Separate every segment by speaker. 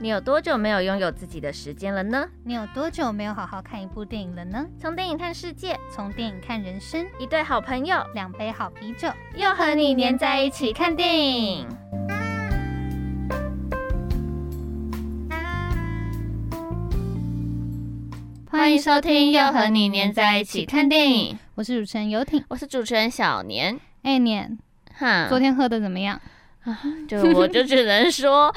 Speaker 1: 你有多久没有拥有自己的时间了呢？
Speaker 2: 你有多久没有好好看一部电影了呢？
Speaker 1: 从电影看世界，
Speaker 2: 从电影看人生，
Speaker 1: 一对好朋友
Speaker 2: 两杯好啤酒，
Speaker 1: 又和你黏在一起看电影。欢迎收听《又和你黏在一起看电影》，
Speaker 2: 我是主持人游艇。
Speaker 1: 我是主持人小年。
Speaker 2: 哎、年，
Speaker 1: 哈，
Speaker 2: 昨天喝的怎么样？
Speaker 1: 就我就只能说，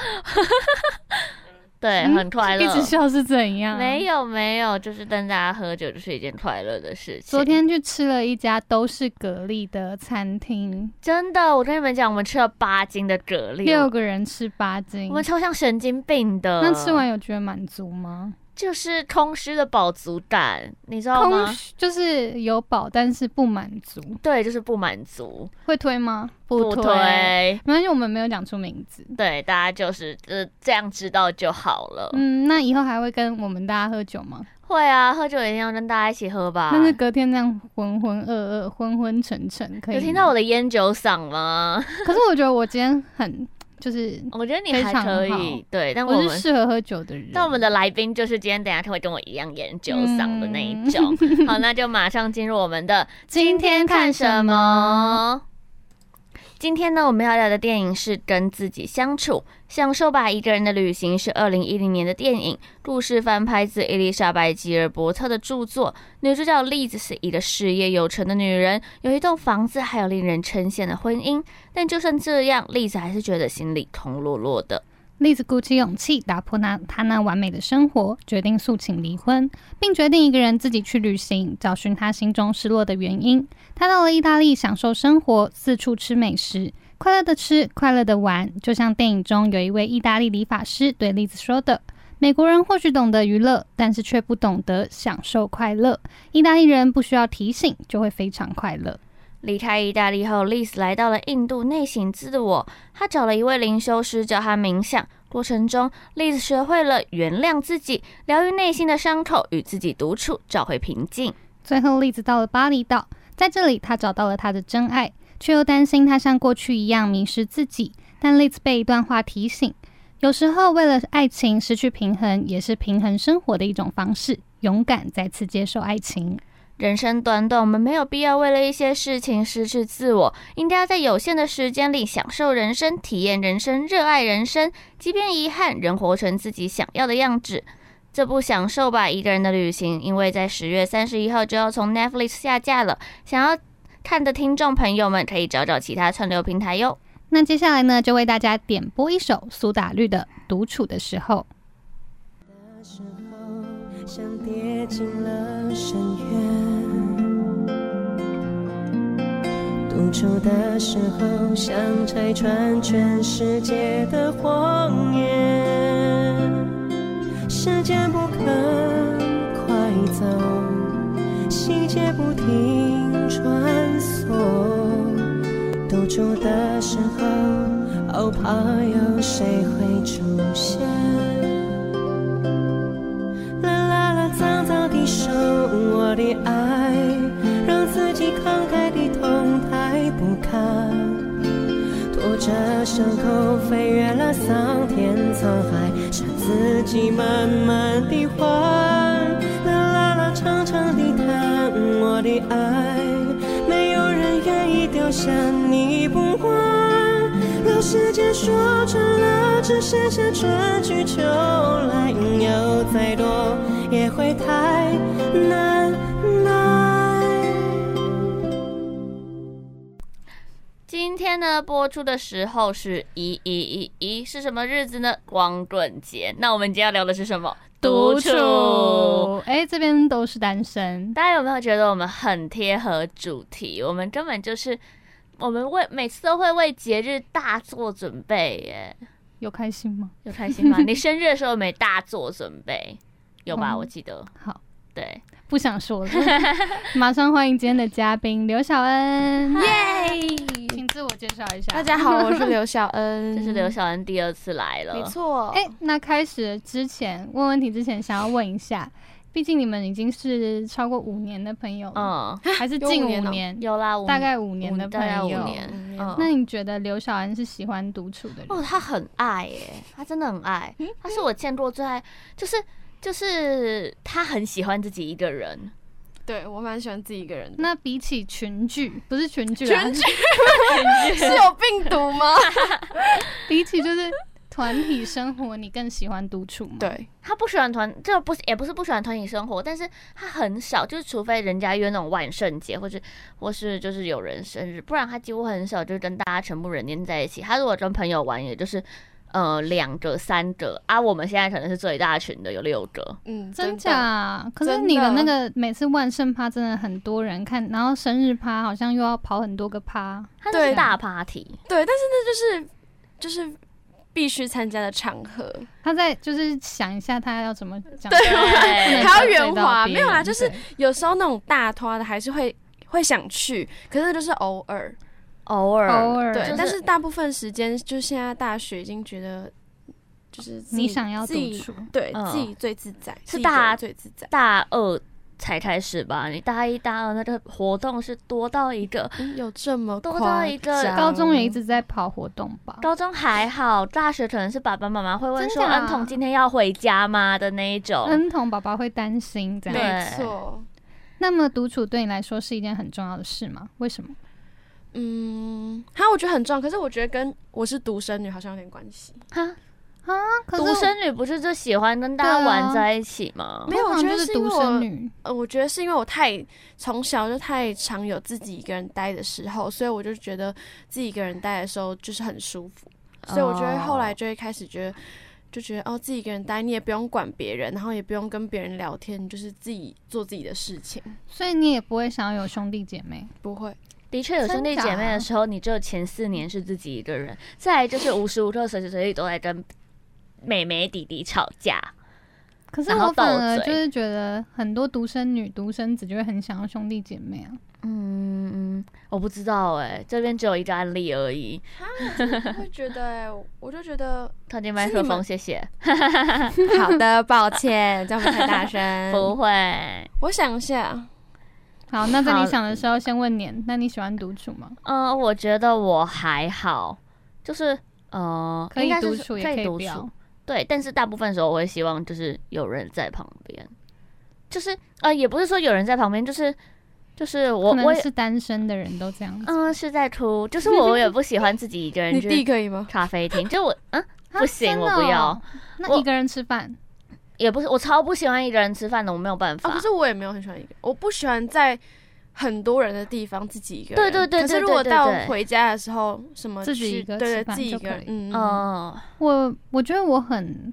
Speaker 1: 对，
Speaker 2: 嗯
Speaker 1: 很快乐
Speaker 2: 一。直笑是怎样？
Speaker 1: 没
Speaker 2: 有。
Speaker 1: 有没有，就是跟大家喝酒就是一件快乐的事情。
Speaker 2: 昨天去吃了一家都是蛤蜊的餐厅，
Speaker 1: 真的，我跟你们讲，我们吃了八斤的蛤蜊，
Speaker 2: 六个人吃八斤
Speaker 1: 哎我。呃们超像神经病的。
Speaker 2: 那吃完有觉得满足吗？
Speaker 1: 就是空虚的饱足感，你知道
Speaker 2: 空
Speaker 1: 吗？
Speaker 2: 虚就是有饱，但是不满足，
Speaker 1: 对，就是不满足，
Speaker 2: 会推吗？
Speaker 1: 不
Speaker 2: 推。
Speaker 1: 推。
Speaker 2: 没关系，我们没有讲出名字。
Speaker 1: 对，大家就是呃这样知道就好了。
Speaker 2: 嗯，那以后还会跟我们大家喝酒吗？
Speaker 1: 会啊，喝酒一定要跟大家一起喝吧。
Speaker 2: 但是隔天这样浑浑噩噩、昏昏沉沉，可以
Speaker 1: 有
Speaker 2: 吗
Speaker 1: 听到我的烟酒嗓吗？
Speaker 2: 可是我觉得我今天很就是，
Speaker 1: 我觉得你
Speaker 2: 非
Speaker 1: 还
Speaker 2: 常
Speaker 1: 可以
Speaker 2: 好，
Speaker 1: 对，但我
Speaker 2: 我是
Speaker 1: 们。
Speaker 2: 适合喝酒的人。
Speaker 1: 但我们的来宾就是今天等一下会跟我一样烟酒嗓的那一种。好，那就马上进入我们的
Speaker 2: 嗯 今天看什么？
Speaker 1: 么？今天呢，我们要聊的电影是《跟自己相处》，享受吧一个人的旅行是二零一零年的电影，故事翻拍自伊丽莎白·吉尔伯特的著作。女主角丽子是一个事业有成的女人，有一栋房子，还有令人称羡的婚姻。但就算这样，丽子还是觉得心里空落落的。
Speaker 2: 栗子鼓起勇气打破那她那完美的生活，决定诉请离婚，并决定一个人自己去旅行，找寻她心中失落的原因。她到了意大利，享受生活，四处吃美食，快乐的吃，快乐的玩，就像电影中有一位意大利理发师对栗子说的。美国人或许懂得娱乐，但是却不懂得享受快乐。意大利人不需要提醒就会非常快乐。
Speaker 1: 离开意大利后，Liz 来到了印度内省自我。她找了一位灵修师教她冥想，过程中，Liz 学会了原谅自己，疗愈内心的伤口，与自己独处，找回平静。
Speaker 2: 最后，栗子到了巴厘岛，在这里她找到了她的真爱，却又担心她像过去一样迷失自己。但栗子被一段话提醒：有时候为了爱情失去平衡，也是平衡生活的一种方式。勇敢再次接受爱情。
Speaker 1: 人生短短，我们没有必要为了一些事情失去自我，应该要在有限的时间里享受人生、体验人生、热爱人生，即便遗憾，仍活成自己想要的样子。这部《享受吧一个人的旅行》，因为在十月三十一号就要从 Netflix 下架了，想要看的听众朋友们可以找找其他串流平台哟。
Speaker 2: 那接下来呢，就为大家点播一首苏打绿的《独处的时候》。
Speaker 3: 的时候，像跌进了深渊。独处的时候，想拆穿全世界的谎言。时间不肯快走，细节不停穿梭。独处的时候，哦，怕有谁会出现。啦啦啦，脏脏地手，我的爱，让自己慷慨地痛抬不堪，拖着伤口飞越了桑田沧海，是自己慢慢地还。啦啦啦，长长地叹，我的爱，没有人愿意丢下你不管。老时间说穿了，只剩下春去秋来，有再多也会太难耐。
Speaker 1: 今天呢，播出的时候是一一一一，是什么日子呢？光棍节。那我们今天要聊的是什么？独处。，
Speaker 2: 哎、这边都是单身，
Speaker 1: 大家有没有觉得我们很贴合主题？我们根本就是我们为每次都会为节日大做准备耶。
Speaker 2: 有开心吗？
Speaker 1: 有开心 吗？你生日的时候没大做准备，有吧？
Speaker 2: 嗯
Speaker 1: 我记得，
Speaker 2: 好，
Speaker 1: 对，
Speaker 2: 不想说了，马上欢迎今天的嘉宾刘晓恩，
Speaker 4: 耶！
Speaker 2: 请自我介绍一下。
Speaker 4: 大家好，我是刘小
Speaker 2: 嗯
Speaker 4: 恩，
Speaker 1: 这是刘，晓恩第二次来了，
Speaker 4: 没错。
Speaker 2: 哎、那开始之前问问题之前，想要问一下，毕竟你们已经是超过五年的朋友了，
Speaker 1: 嗯，
Speaker 2: 还是近
Speaker 4: 有五年
Speaker 2: 五
Speaker 4: 了
Speaker 2: 年？
Speaker 1: 有啦，五
Speaker 2: 大概五年
Speaker 1: 五
Speaker 2: 的
Speaker 1: 大
Speaker 2: 朋
Speaker 1: 概五
Speaker 2: 友。
Speaker 1: 年，嗯
Speaker 2: 那你觉得刘晓恩是喜欢独处的人？
Speaker 1: 哦，他很爱耶、他真的很爱，
Speaker 2: 嗯
Speaker 1: 他是我见过最爱，就是就是他很喜欢自己一个人，
Speaker 4: 对我蛮喜欢自己一 个人的。
Speaker 2: 那比起群聚，不是群聚、啊，
Speaker 4: 群聚是有病毒吗？
Speaker 2: 比起就是团体生活，你更喜欢独处吗？，
Speaker 4: 对，
Speaker 1: 他不喜欢团，这不是也不是不喜欢团体生活，但是他很少，就是除非人家约那种万圣节，或是或是就是有人生日，不然他几乎很少就是跟大家全部人黏在一起。他如果跟朋友玩，也就是呃两个三个啊，我们现在可能是最大群的有六个，
Speaker 4: 嗯，
Speaker 2: 真
Speaker 4: 的
Speaker 2: 假？可是
Speaker 4: 真
Speaker 2: 你的那
Speaker 4: 的
Speaker 2: 个每次万圣趴真的很多人看，然后生日趴好像又要跑很多个趴，
Speaker 1: 他那是
Speaker 4: 对
Speaker 1: 大 party，
Speaker 4: 对，但是那就是就是必须参加的场合，
Speaker 2: 他在就是想一下他要怎么讲，
Speaker 4: 对
Speaker 2: 不能
Speaker 1: 对
Speaker 4: 还要
Speaker 2: 得罪
Speaker 4: 圆
Speaker 2: 到
Speaker 4: 滑
Speaker 2: 别
Speaker 4: 没有啦
Speaker 2: 人
Speaker 4: 就是
Speaker 2: 对
Speaker 4: 有时候那种大拖的还是会会想去，可是就是偶尔。
Speaker 1: 偶尔
Speaker 2: 偶尔
Speaker 4: 对
Speaker 1: 就，
Speaker 4: 但
Speaker 1: 是
Speaker 4: 是大部分时间就是现在大学已经觉得就是自己
Speaker 2: 你想要
Speaker 4: 自
Speaker 2: 独
Speaker 4: 己
Speaker 2: 处，
Speaker 4: 对、
Speaker 1: 嗯
Speaker 4: 自己最自在，
Speaker 1: 是
Speaker 4: 自己一个
Speaker 1: 大
Speaker 4: 人最自在。
Speaker 1: 大二才开始吧，你大一大二那个活动是多到一个，
Speaker 4: 嗯有这么
Speaker 1: 多到
Speaker 4: 夸
Speaker 1: 一个
Speaker 4: 张
Speaker 2: 高中也一直在跑活动吧？
Speaker 1: 高中还好，大学可能是爸爸妈妈会问说：“
Speaker 2: 真的嗯啊
Speaker 1: 恩彤今天要回家吗？”的那一种。
Speaker 2: 恩童宝宝会担心这样。
Speaker 4: 没
Speaker 1: 对
Speaker 4: 错，
Speaker 2: 那么独处对你来说是一件很重要的事吗？为什么？
Speaker 4: 嗯，还我觉得很重要，可是我觉得跟我是独生女好像有点关系。
Speaker 1: 哈，
Speaker 2: 啊，可是
Speaker 1: 独生女不是就喜欢跟大家玩在一起吗？
Speaker 4: 没有
Speaker 2: 通常
Speaker 4: 我觉得
Speaker 2: 啊就是
Speaker 4: 因
Speaker 2: 独
Speaker 4: 为
Speaker 2: 生
Speaker 4: 我
Speaker 2: 女，
Speaker 4: 呃，我觉得是因为我太从小就太常有自己一个人待的时候，所以我就觉得自己一个人待的时候就是很舒服，所以我觉得后来就会开始觉得。就觉得哦，自己一个人待，你也不用管别人，然后也不用跟别人聊天，你就是自己做自己的事情。
Speaker 2: 所以你也不会想要有兄弟姐妹。
Speaker 4: 不会，
Speaker 1: 的确有兄弟姐妹的时候，你只有前四年是自己一个人，再来就是无时无刻、随时随地都在跟妹妹弟弟吵架。
Speaker 2: 可是
Speaker 1: 然后
Speaker 2: 我反
Speaker 1: 斗
Speaker 2: 而就
Speaker 1: 嘴
Speaker 2: 是觉得很多独生女、独生子就会很想要兄弟姐妹啊。
Speaker 1: 嗯，我不知道哎、这边只有一个案例而已。
Speaker 4: 我会觉得、我就觉得
Speaker 1: 靠近麦
Speaker 4: 是
Speaker 1: 克
Speaker 4: 你
Speaker 1: 风，
Speaker 4: 们
Speaker 1: 谢谢。
Speaker 4: 好的，抱歉，这样不太大
Speaker 1: 不
Speaker 4: 声。
Speaker 1: 会，
Speaker 4: 我想一下，
Speaker 2: 好，那在
Speaker 1: 好
Speaker 2: 你想的时候，先问年，那你喜欢独处吗？
Speaker 1: 嗯，我觉得我还好，就是呃，
Speaker 2: 可
Speaker 1: 应
Speaker 2: 以
Speaker 1: 该是
Speaker 2: 独
Speaker 1: 说
Speaker 2: 处，也
Speaker 1: 可以独
Speaker 2: 不要
Speaker 1: 处，。对。但是大部分时候我会希望就是有人在旁边，就是呃，也不是说有人在旁边，就是就是我
Speaker 2: 可
Speaker 1: 我
Speaker 2: 能
Speaker 1: 也
Speaker 2: 是单身的人都这样子。
Speaker 1: 嗯、是在哭，就是我也不喜欢自己一个人
Speaker 4: 你弟
Speaker 1: 去
Speaker 4: 可以吗？
Speaker 1: 咖啡厅，就我嗯
Speaker 2: 啊
Speaker 1: 不行
Speaker 2: 真的
Speaker 1: 我不要
Speaker 2: 哦那
Speaker 1: 我
Speaker 2: 一个人吃饭，
Speaker 1: 也不是我超不喜欢一个人吃饭的，我没有办法。
Speaker 4: 哦，可是我也没有很喜欢一个，我不喜欢在很多人的地方自己一个人。
Speaker 1: 对对对
Speaker 4: 可
Speaker 1: 对
Speaker 4: 是如果
Speaker 1: 对对
Speaker 4: 到
Speaker 1: 对
Speaker 4: 回家的时候，什么
Speaker 2: 自己
Speaker 4: 去
Speaker 2: 一个吃
Speaker 4: 对对，
Speaker 2: 饭
Speaker 4: 自己
Speaker 2: 就
Speaker 4: 一个人
Speaker 2: 可以，
Speaker 4: 嗯嗯，
Speaker 1: 嗯、
Speaker 2: 我我觉得我很，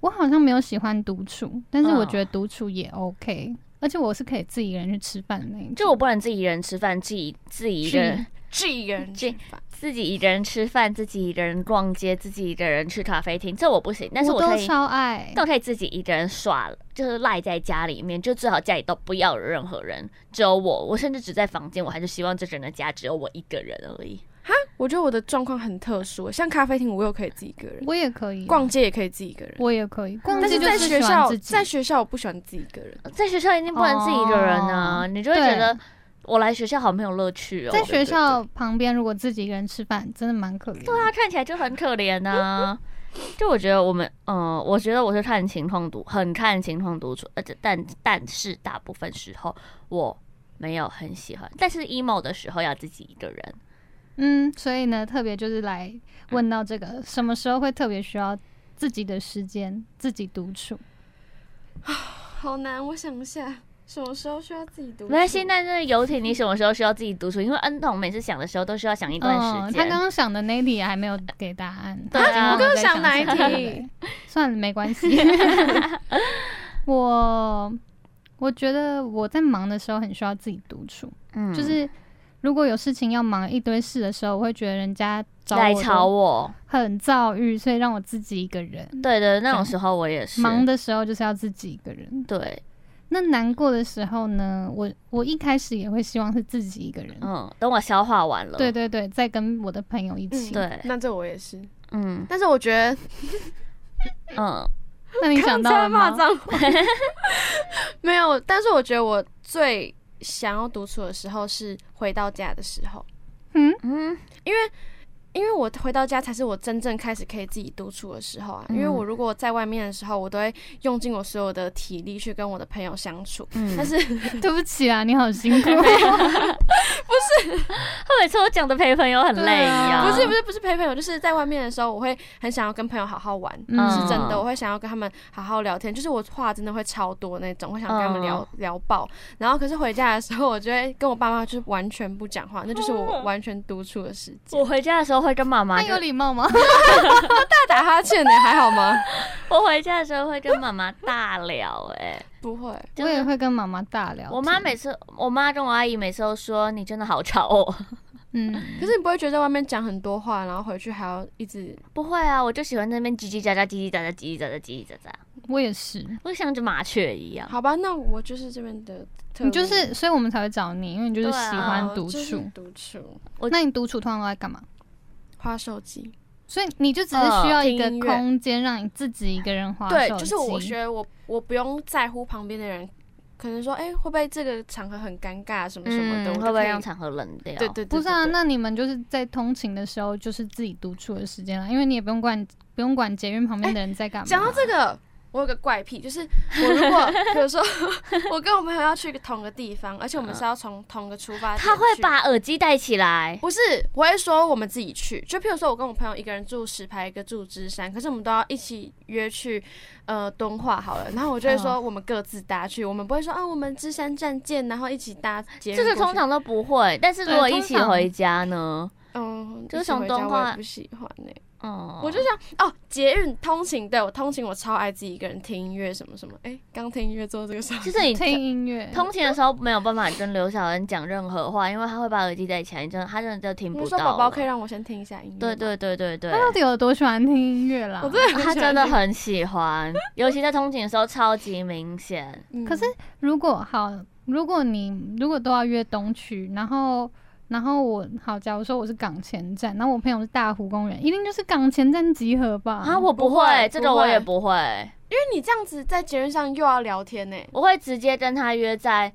Speaker 2: 我好像没有喜欢独处，但是我
Speaker 1: 嗯
Speaker 2: 觉得独处也 OK，、而且我是可以自己一个人去吃饭的那一种。
Speaker 1: 就我不能自己一个人吃饭，自己自己一个人
Speaker 2: 去
Speaker 4: 自己一个人
Speaker 1: 这
Speaker 4: 吃饭。
Speaker 1: 自己一个人吃饭，自己一个人逛街，自己一个人去咖啡厅，这我不行。但是
Speaker 2: 我
Speaker 1: 可
Speaker 2: 都
Speaker 1: 以，
Speaker 2: 超爱，
Speaker 1: 都可以自己一个人耍，就是赖在家里面，就最好家里都不要有任何人，只有我。我甚至只在房间，我还是希望这整个家只有我一个人而已。
Speaker 4: 我觉得我的状况很特殊，像咖啡厅我又可以自己一个人，
Speaker 2: 我也可以啊
Speaker 4: 逛街也可以自己一个人。
Speaker 2: 我也可以，逛
Speaker 4: 但
Speaker 2: 街
Speaker 4: 是
Speaker 2: 就
Speaker 4: 在
Speaker 2: 是
Speaker 4: 学
Speaker 2: 喜欢
Speaker 4: 校
Speaker 2: 自，己
Speaker 4: 在学校我不喜欢自己一个人。
Speaker 1: 在学校一定不能自己一个人啊，
Speaker 2: 哦
Speaker 1: 你就会觉得我来学校好没有乐趣哦。
Speaker 2: 在学校旁边，如果自己一个人吃饭，真的蛮可怜的。
Speaker 1: 对啊，看起来就很可怜呐、 就我觉得我们，嗯、我觉得我是看情况独，很看情况独处，而且但但是大部分时候我没有很喜欢，但是 emo 的时候要自己一个人。
Speaker 2: 嗯，所以呢，特别就是来
Speaker 1: 嗯
Speaker 2: 问到这个，什么时候会特别需要自己的时间，自己独处？
Speaker 4: 好难，我想一下，什么时候需要自己独处？
Speaker 1: 没关系，那那游艇你什么时候需要自己独处？因为恩童每次想的时候都需要想一段
Speaker 2: 嗯，
Speaker 1: 时
Speaker 2: 他
Speaker 1: 间。
Speaker 2: 刚刚想的那一题还没有给答案。
Speaker 1: 对啊
Speaker 2: 他今天都在
Speaker 4: 我刚刚想哪一
Speaker 2: 什么
Speaker 4: 题
Speaker 2: 对 算了，没 关系。 我我觉得我在忙的时候很需要自己独处，
Speaker 1: 嗯
Speaker 2: 就是如果有事情要忙一堆事的时候，我会觉得人家找
Speaker 1: 来吵
Speaker 2: 我都
Speaker 1: 我，
Speaker 2: 很躁郁，所以让我自己一个人。
Speaker 1: 对的，那种时候我也是
Speaker 2: 忙的时候就是要自己一个人。
Speaker 1: 对，
Speaker 2: 那难过的时候呢，我我一开始也会希望是自己一个人。
Speaker 1: 嗯，等我消化完了，
Speaker 2: 对，对对，再跟我的朋友一起。
Speaker 1: 嗯对
Speaker 4: 那这我也是，
Speaker 1: 嗯
Speaker 4: 但是我觉得
Speaker 1: 嗯，
Speaker 2: 那你想到了
Speaker 4: 骂
Speaker 2: 吗？
Speaker 4: 脏话， 没有。但是我觉得我最想要独处的时候是回到家的时候，
Speaker 2: 嗯，
Speaker 1: 嗯，
Speaker 4: 因为因为我回到家才是我真正开始可以自己独处的时候啊。
Speaker 1: 嗯
Speaker 4: 因为我如果在外面的时候，我都会用尽我所有的体力去跟我的朋友相处，
Speaker 1: 嗯
Speaker 4: 但是
Speaker 2: 对不起啊，你好辛 苦。
Speaker 1: 他每次我讲的陪朋友很累一样，
Speaker 4: 不是不是不是陪朋友，就是在外面的时候，我会很想要跟朋友好好玩。
Speaker 2: 嗯
Speaker 4: 是真的，我会想要跟他们好好聊天，就是我话真的会超多那
Speaker 1: 嗯
Speaker 4: 种，会想跟他们聊、聊爆。然后可是回家的时候，我就会跟我爸妈就是完全不讲话，那就是我
Speaker 1: 嗯
Speaker 4: 完全独处的时间。
Speaker 1: 我回家的时候会跟妈妈
Speaker 2: 那
Speaker 1: 就，
Speaker 2: 有礼貌 吗？
Speaker 4: 大打哈欠呢，还好吗？
Speaker 1: 我回家的时候会跟妈妈大聊、 哎，
Speaker 4: 不会，
Speaker 1: 就
Speaker 2: 我也
Speaker 1: 是
Speaker 2: 会跟妈妈大聊天。
Speaker 1: 我妈每次，我妈跟我阿姨每次都说你真的好吵哦，
Speaker 2: 嗯，
Speaker 4: 可是你不会觉得在外面讲很多话，然后回去还要一直
Speaker 1: 不会啊，我就喜欢在那边叽叽喳喳、叽叽喳喳、叽叽喳喳、叽叽喳喳，
Speaker 2: 我也是。
Speaker 1: 我像只麻雀一样。
Speaker 4: 好吧？那我就是这边的特例，呃
Speaker 2: 你就是，所以我们才会找你，因为你就是
Speaker 1: 对啊
Speaker 2: 喜欢独
Speaker 4: 就
Speaker 2: 处
Speaker 4: 是。独处，
Speaker 1: 我
Speaker 2: 那你独处通常都在干嘛？
Speaker 4: 花手机。
Speaker 2: 所以你就只是需要一个
Speaker 4: 嗯听音乐
Speaker 2: 空间，让你自己一个人滑
Speaker 4: 对，
Speaker 2: 手
Speaker 4: 就是我
Speaker 2: 机
Speaker 4: 觉得我我不用在乎旁边的人，可能说，哎、会不会这个场合很尴尬什么什么的，
Speaker 1: 嗯，会
Speaker 4: 我
Speaker 1: 不
Speaker 4: 就可
Speaker 1: 会
Speaker 4: 以
Speaker 1: 让场合冷掉？
Speaker 4: 对对对，
Speaker 2: 不是啊，
Speaker 4: 对对
Speaker 2: 那你们就是在通勤的时候，就是自己独处的时间啊啦，因为你也不用管不用管捷运旁边的人在干嘛。
Speaker 4: 哎讲到这个，我有个怪癖，就是我如果 比如说我跟我朋友要去同个地方，而且我们是要从同个出发点去，
Speaker 1: 他会把耳机戴起来，
Speaker 4: 不是，我会说我们自己去。就譬如说，我跟我朋友一个人住石牌，一个住芝山，可是我们都要一起约去呃敦化好了。然后我就会说
Speaker 1: 嗯
Speaker 4: 我们各自搭去，我们不会说啊我们芝山站见，然后一起搭捷运
Speaker 1: 这个
Speaker 4: 过去
Speaker 1: 通常都不会。但是如果
Speaker 2: 对
Speaker 1: 一
Speaker 2: 通
Speaker 1: 起
Speaker 2: 常
Speaker 1: 回家呢？
Speaker 4: 嗯，
Speaker 1: 就是
Speaker 4: 一起回
Speaker 1: 从
Speaker 4: 家
Speaker 1: 敦
Speaker 4: 我
Speaker 1: 化
Speaker 4: 也不喜欢呢、
Speaker 1: 哦，
Speaker 4: 我就想哦，捷运通勤，对我通勤我超爱自己一个人听音乐什么什么。哎、刚听音乐做这个时 候，
Speaker 1: 就是你
Speaker 2: 听音乐，
Speaker 1: 通勤的时候没有办法跟刘小恩讲任何话，因为他会把耳机戴起来，你真的他真的就听
Speaker 4: 你
Speaker 1: 不
Speaker 4: 就
Speaker 1: 到
Speaker 4: 说
Speaker 1: 了。
Speaker 4: 宝宝可以让我先听一下音乐，
Speaker 1: 对，对对对 对
Speaker 2: 他，到底有多喜欢听音乐啦？
Speaker 4: 我真的很
Speaker 1: 他
Speaker 4: 喜
Speaker 1: 真
Speaker 4: 欢
Speaker 1: 的
Speaker 4: 听，
Speaker 1: 很喜欢，尤其在通勤的时候超级明显。
Speaker 4: 嗯
Speaker 2: 可是如果好，如果你如果都要约东区，然后然后我好，假如说我是港前站，然后我朋友是大湖公园，一定就是港前站集合吧？
Speaker 1: 啊，我不
Speaker 4: 不会
Speaker 1: 会，这个
Speaker 4: 不
Speaker 1: 我也
Speaker 4: 会
Speaker 1: 不会，
Speaker 4: 因为你这样子在捷运上又要聊天欸呢、
Speaker 1: 我会直接跟他约在